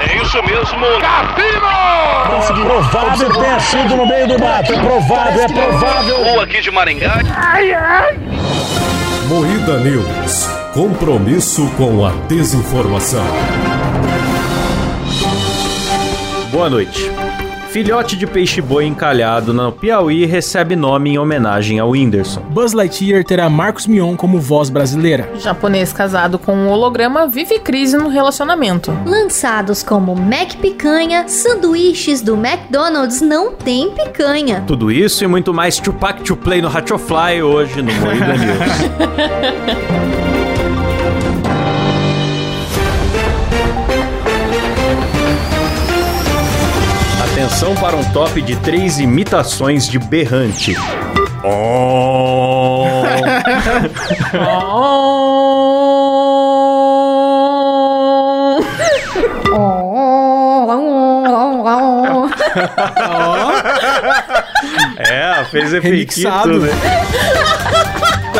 É isso mesmo, Capino! Conseguiu. Provável ter sido no meio do mato. É provável, é provável. Ou aqui de Maringá. Moída News. Compromisso com a desinformação. Boa noite. Filhote de peixe-boi encalhado no Piauí recebe nome em homenagem ao Whindersson. Buzz Lightyear terá Marcos Mion como voz brasileira. Japonês casado com um holograma vive crise no relacionamento. Lançados como Mac Picanha, sanduíches do McDonald's não tem picanha. Tudo isso e muito mais Tupac to Play no Ratchofly hoje no Moída News. Atenção para um top de três imitações de berrante. É, fez efeito, Remixado. né?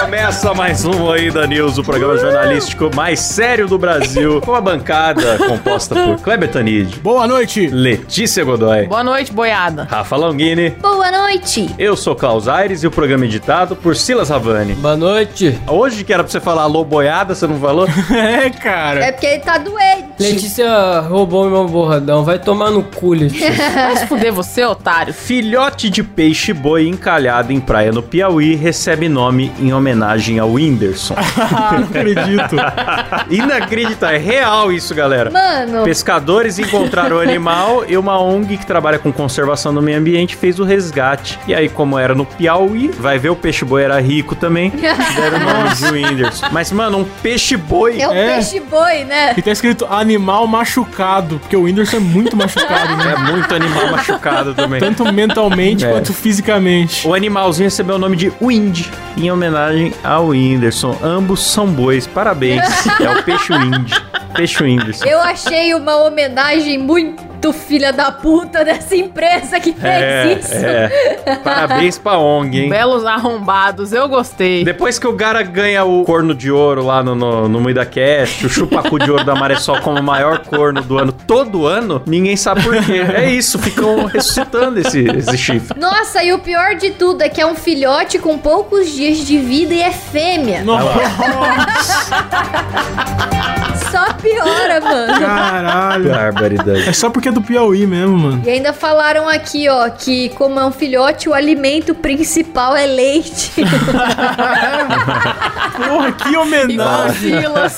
Começa mais um Moída News, o programa jornalístico mais sério do Brasil, com a bancada composta por Kleber Tanid, Boa noite. Letícia Godoy, Boa noite, boiada. Rafa Longini, Boa noite. eu sou Klaus Aires e o programa é editado por Silas Ravani. Boa noite. Hoje que era pra você falar alô boiada, você não falou? É, cara. É porque ele tá doente. Letícia roubou meu borradão. Vai tomar no cu, Letícia. Vai se fuder você, otário. Filhote de peixe-boi encalhado em praia no Piauí recebe nome em homenagem ao Whindersson. Ah, não acredito. Inacreditável, é real isso, galera. Mano, Pescadores encontraram o animal e uma ONG que trabalha com conservação do meio ambiente fez o resgate. E aí, como era no Piauí, vai ver o peixe-boi era rico também. Deram o nome de Whindersson. Mas, mano, um peixe-boi. é o É. peixe-boi, né? E tá escrito animal machucado, porque o Whindersson é muito machucado, né? É muito animal machucado também. Tanto mentalmente É. quanto fisicamente. O animalzinho recebeu o nome de Wind, em homenagem ao Whindersson. Ambos são bois, parabéns. É o peixe Wind. Peixe Whindersson. Eu achei uma homenagem muito filha da puta dessa empresa que fez É, isso. é. Parabéns pra ONG, hein? Belos arrombados, eu gostei. Depois que o cara ganha o corno de ouro lá no, no, no Muida Cast, o chupacu de ouro da Maressol como o maior corno do ano, todo ano, ninguém sabe por quê. É isso, ficam ressuscitando esse, esse chifre. Nossa, e o pior de tudo é que é um filhote com poucos dias de vida e é fêmea. Nossa, Só piora, mano. caralho. Barbaridade. É só porque é do Piauí mesmo, mano. E ainda falaram aqui, ó, que como é um filhote, o alimento principal é leite. Porra, que Igual o homenagem. Silas.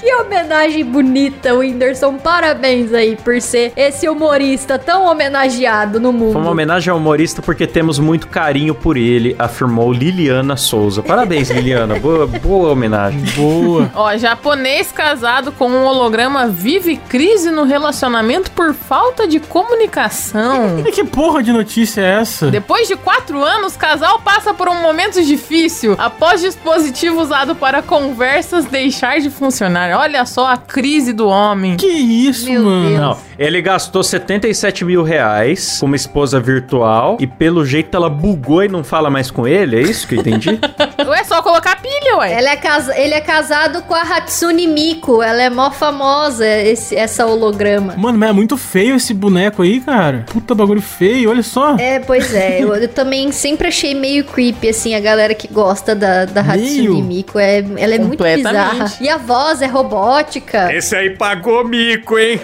que homenagem bonita, Whindersson. Parabéns aí por ser esse humorista tão homenageado no mundo. Foi uma homenagem ao humorista porque temos muito carinho por ele, afirmou Liliana Souza. Parabéns, Liliana. Boa, boa homenagem. Boa. Ó, japonês casado com um holograma vive crise no relacionamento por falta de comunicação. E que porra de notícia é essa? Depois de quatro anos, casal passa por um momento difícil após dispositivo usado para conversas deixar de funcionar. Olha só a crise do homem. Que isso, Meu mano? Deus. Não, ele gastou 77 mil reais com uma esposa virtual e pelo jeito ela bugou e não fala mais com ele, é isso que eu entendi? Ou é só colocar pilha, ué. Ela é casa- Ele é casado com a Hatsune Miku. Ela é mó famosa, esse- essa holograma. Mano, mas é muito feio esse boneco aí, cara. Puta bagulho feio, olha só. É, pois é. Eu, eu também sempre achei meio creepy, assim, a galera que gosta da, da Hatsune Meio? Miku. É, ela é muito Completamente. bizarra. E a voz é robótica. Esse aí pagou mico, hein?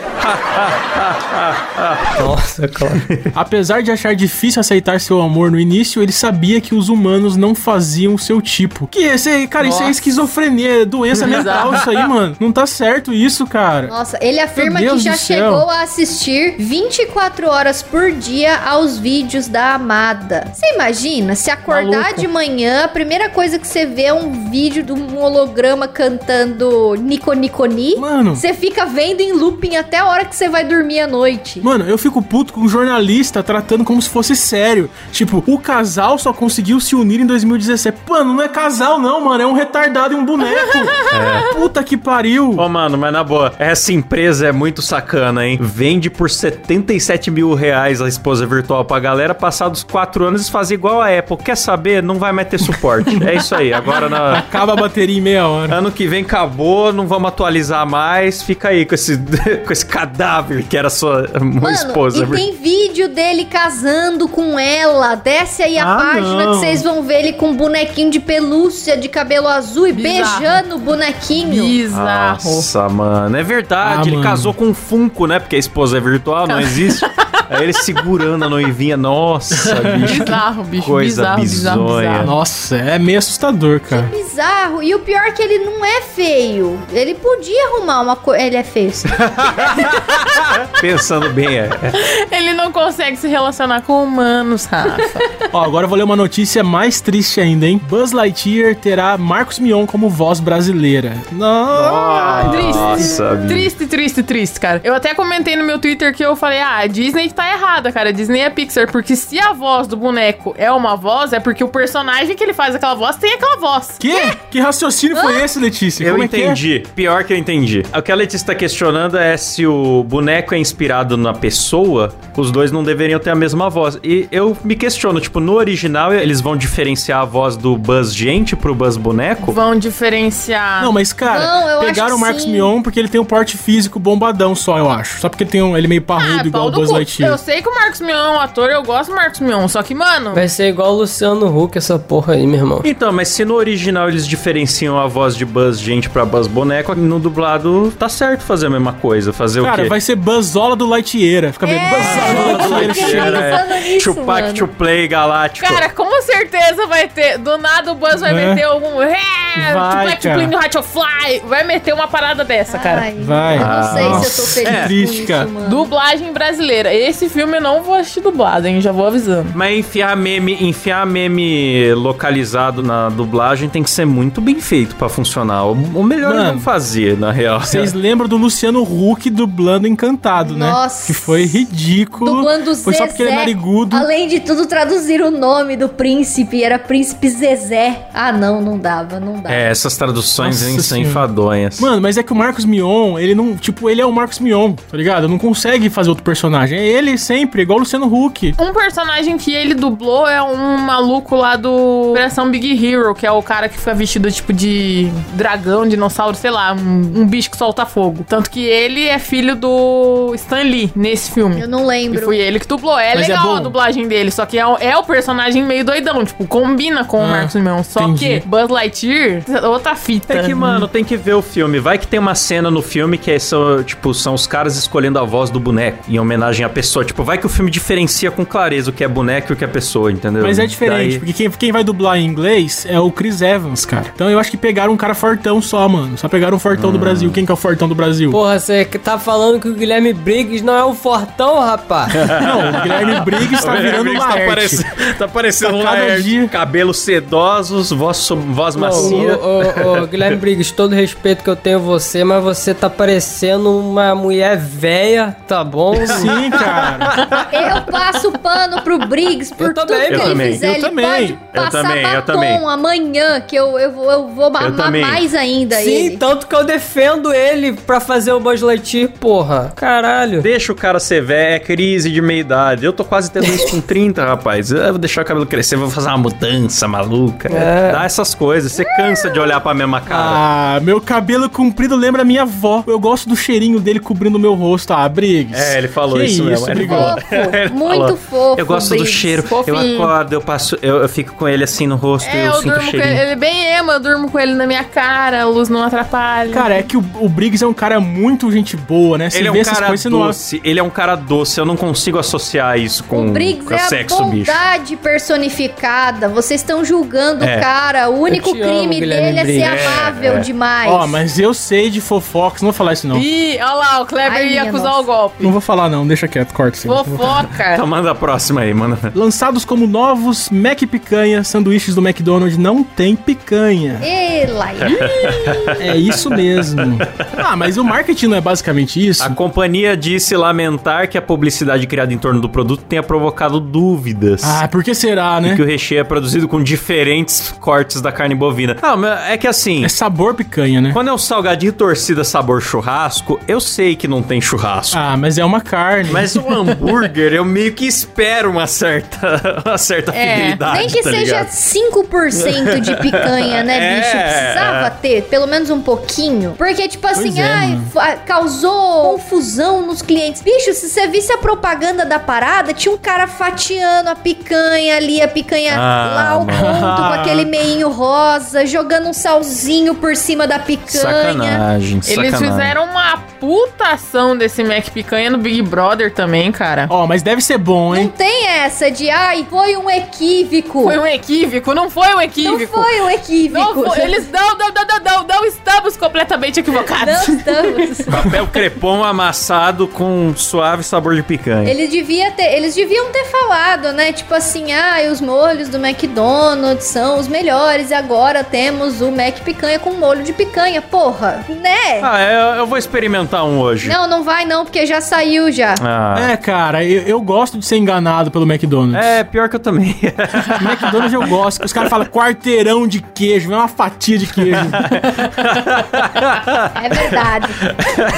Nossa, Cláudio. Apesar de achar difícil aceitar seu amor no início, ele sabia que os humanos não faziam seu tipo. Que esse aí, cara, isso aí é Nossa. esquizofrenia, é doença mental, isso aí, mano. Não tá certo isso, cara. Nossa, ele afirma Deus que já do céu. chegou a assistir 24 horas por dia aos vídeos da amada. Você imagina se acordar Maluco. de manhã, a primeira coisa que você vê é um vídeo de um holograma cantando Nico Nico Ni? Mano. Você fica vendo em looping até a hora que você vai dormir à noite. Mano, eu fico puto com um jornalista tratando como se fosse sério. Tipo, o casal só conseguiu se unir em 2017. Mano, não é casal não, mano. É um retardado e um boneco. Puta Puta que pariu! Ô, mano, mas na boa, essa empresa é muito sacana, hein? Vende por 77 mil reais a esposa virtual pra galera, passados quatro anos e faz igual a Apple. Quer saber? Não vai mais ter suporte. é isso aí. Agora na. Acaba a bateria em meia hora. Ano que vem acabou, não vamos atualizar mais. Fica aí com esse, com esse cadáver que era sua Mano, é esposa. e tem vídeo dele casando com ela. Desce aí a Ah, página não. que vocês vão ver ele com um bonequinho de pelúcia de cabelo azul e Bizarro. beijando o bonequinho. Bizarro. Nossa, mano, é verdade. Ah, ele mano. casou com um Funko, né? Porque a esposa é virtual, não existe. Aí ele segurando a noivinha. Nossa, bicho. Bizarro, bicho. Coisa bizarro, bizarro, bizonha. bizarro. Nossa, é meio assustador, cara. Bizarro. E o pior é que ele não é feio. Ele podia arrumar uma coisa. Ele é feio. sim. Pensando bem, é. Ele não consegue se relacionar com humanos, Rafa. Ó, agora eu vou ler uma notícia mais triste ainda, hein? Buzz Lightyear terá Marcos Mion como voz brasileira. Não. Ah, Nossa, bicho. Triste, triste, triste, cara. Eu até comentei no meu Twitter que eu falei: ah, a Disney tá errada, cara. A Disney é Pixar, porque se a voz do boneco é uma voz, é porque o personagem que ele faz aquela voz tem aquela voz. Que? Que raciocínio foi esse, Letícia? Eu Como é que é? entendi. Pior que eu entendi. O que a Letícia está questionando é se o boneco é inspirado na pessoa, os dois não deveriam ter a mesma voz. E eu me questiono, tipo, no original eles vão diferenciar a voz do Buzz gente pro Buzz boneco? Vão diferenciar. Não, mas cara, Não, eu acho pegaram o Marcos sim. Mion porque ele tem um porte físico bombadão só, eu acho. Só porque ele tem um, ele é meio parrudo Ah, igual o Ah, pau do Buzz cu. Lightyear. Eu sei que o Marcos Mion é um ator, eu gosto do Marcos Mion, só que, mano, Vai ser igual o Luciano Huck essa porra aí, meu irmão. Então, mas se no original eles diferenciam a voz de Buzz gente pra Buzz boneco, no dublado tá certo fazer a mesma coisa, fazer o Cara, quê? vai ser Buzzola do Lightyear. Fica É. vendo. Buzzola do eu Lightyear. fiquei Cheira, é. pensando nisso, Chupac, mano. chuplay, galáctico. cara, com certeza vai ter. Do nada o Buzz vai É. meter algum. É, Vai, tipo, cara. Black Bling do Ratchet Fly. Vai meter uma parada dessa, cara. Ai, Vai. Eu não sei Nossa, se eu tô feliz. que com triste, isso, cara. mano. Dublagem brasileira. Esse filme eu não vou assistir dublado, hein? Já vou avisando. Mas enfiar meme, enfiar meme localizado na dublagem tem que ser muito bem feito pra funcionar. O, o melhor é não Mano, fazer, na real. Vocês lembram do Luciano Huck dublando Encantado, né? Nossa. Que foi ridículo. Dublando foi só porque ele é Zezé. narigudo. Além de tudo, traduzir o nome do príncipe. Era príncipe Zezé. Ah, não, não dava, não dava. É, essas traduções Nossa hein, são senhora. enfadonhas. Mano, mas é que o Marcos Mion, ele não. Tipo, ele é o Marcos Mion, tá ligado? Não consegue fazer outro personagem. É ele sempre, igual o Luciano Huck. Um personagem que ele dublou é um maluco lá do Operação Big Hero, que é o cara que fica vestido tipo de dragão, dinossauro, sei lá, um, um bicho que solta fogo. Tanto que ele é filho do Stan Lee nesse filme. Eu não E lembro. foi ele que dublou. É Mas é legal bom. a dublagem dele, só que é, o- é o personagem meio doidão. Tipo, combina com o Ah, Marcos Mion. Só entendi. que Buzz Lightyear, outra fita. tá É que, mano, tem que ver o filme. Vai que tem uma cena no filme que é, são, tipo, são os caras escolhendo a voz do boneco em homenagem à pessoa. Tipo, vai que o filme diferencia com clareza o que é boneco e o que é pessoa, entendeu? Mas é diferente, Daí- porque quem, quem vai dublar em inglês é o Chris Evans, cara. Então eu acho que pegaram um cara fortão só, mano. Só pegaram um fortão Ah. do Brasil. Quem que é o fortão do Brasil? Porra, você que tá falando que o Guilherme Briggs não é o fortão, rapaz? É Não, o Guilherme Briggs tá virando uma tá, arte. parece- tá parecendo Tá um cada Laerte. dia. Cabelos sedosos, voz, voz macia. Ô, ô, ô, ô, Guilherme Briggs, todo respeito que eu tenho a você, mas você tá parecendo uma mulher véia, tá bom? Sim, cara. Eu passo pano pro Briggs por Eu tudo também, que eu ele também, fizer. eu ele também, pode eu passar também, eu batom também. amanhã, que eu, eu, vou- eu vou amar também. tá, mais ainda ele. Sim, tanto que eu defendo ele pra fazer o Buzz Lightyear, porra. Caralho. Deixa o cara ser velho, é crise de meia idade. Eu tô quase tendo isso com 30, rapaz. Eu vou deixar o cabelo crescer, vou fazer uma mudança maluca. É. Dá essas coisas. Você cansa de olhar pra mesma cara. Ah, meu cabelo comprido lembra minha avó. Eu gosto do cheirinho dele cobrindo meu rosto. Ah, Briggs. É, ele falou Que isso mesmo, ele Briggs. falou. Fofo, Ele muito falou, fofo. Eu gosto do Briggs. cheiro. Eu fofinho." acordo, eu passo, eu, eu fico com ele assim no Hum, rosto, É, eu, eu, sinto o durmo com cheirinho. ele. Ele é bem emo, eu durmo com ele na minha cara, a luz não atrapalha. Cara, é que o, o Briggs é um cara muito gente boa, né? Você Ele é vê um essas cara coisas, você não doce, ele é um cara doce, eu não consigo associar isso com, O Briggs com é sexo, a bicho. bondade personificada. Vocês estão julgando o É. cara. O único te amo, crime Guilherme dele é ser Briggs. amável É, é. demais. Ó, mas eu sei de fofoca, não vou falar isso não. Ih, olha lá, o Kleber Ai, ia minha acusar nossa. o golpe. Não vou falar não, deixa quieto. corta isso aí. Fofoca. Tá Então manda a próxima aí, manda. Lançados como novos Mac Picanha, sanduíches do McDonald's não tem picanha. Ê, lá. É isso mesmo. Ah, mas o marketing não é basicamente isso? A companhia disse lamentar que a publicidade criada em torno do produto tenha provocado dúvidas. Ah, por que será, né? Que o recheio é produzido com diferentes cortes da carne bovina. Não, mas é que assim. É sabor picanha, né? Quando é um salgadinho torcida sabor churrasco, eu sei que não tem churrasco. Ah, mas é uma carne. Mas o hambúrguer, eu meio que espero uma certa, uma certa É, fidelidade. Nem que tá seja ligado? 5% de picanha, né, bicho? É. Precisava ter pelo menos um pouquinho. Porque, tipo assim, é, ai, mano. fa- causou confusão nos clientes. Bicho, se você visse a propaganda da parada, tinha um cara fatiando a picanha ali, a picanha Ah, lá ao mano. ponto, com aquele meinho rosa, jogando um salzinho por cima da picanha. Sacanagem, sacanagem. Eles fizeram uma putação desse Mac Picanha no Big Brother também, cara. Ó, mas deve ser bom, Não hein? tem essa de, ai, foi um equívoco. Foi um equívoco, não foi um Não equívoco. foi um equívoco. Não foi, eles não, não, não, não, não, não estamos completamente Não equivocados. estamos. Papel crepom amassado com suave sabor de picanha. Ele devia ter, eles deviam ter falado, né? Tipo assim, ah, os molhos do McDonald's são os melhores e agora temos o Mac Picanha com molho de picanha, porra, né? Ah, eu, eu vou experimentar um hoje. Não, não vai não, porque já saiu já. Ah. É, cara, eu, eu gosto de ser enganado pelo McDonald's. É, pior que eu também. McDonald's eu gosto. Os caras falam quarteirão de queijo, é uma fatia de queijo. É verdade.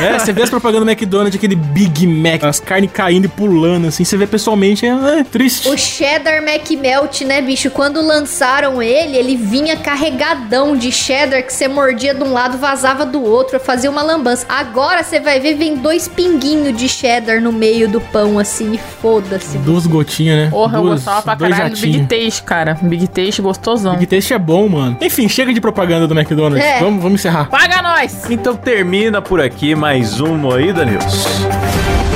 É, você vê as propagandas do McDonald's, aquele Big Mac, as carnes caindo e pulando, assim, você vê pessoalmente, é, é triste. o cheddar Mac Melt, né, bicho? Quando lançaram ele, ele vinha carregadão de cheddar que você mordia de um lado, vazava do outro, fazia uma lambança. Agora você vai ver, vem dois pinguinhos de cheddar no meio do pão, assim, e foda-se. Duas gotinhas, né? Porra, eu Duas, gostava pra dois caralho do Big jatinhos. Taste, cara. Big Taste gostosão. Big Taste é bom, mano. Enfim, chega de propaganda do McDonald's. É. Vamos, vamos encerrar. Paga nós! Então termina por aqui mais um Moída News.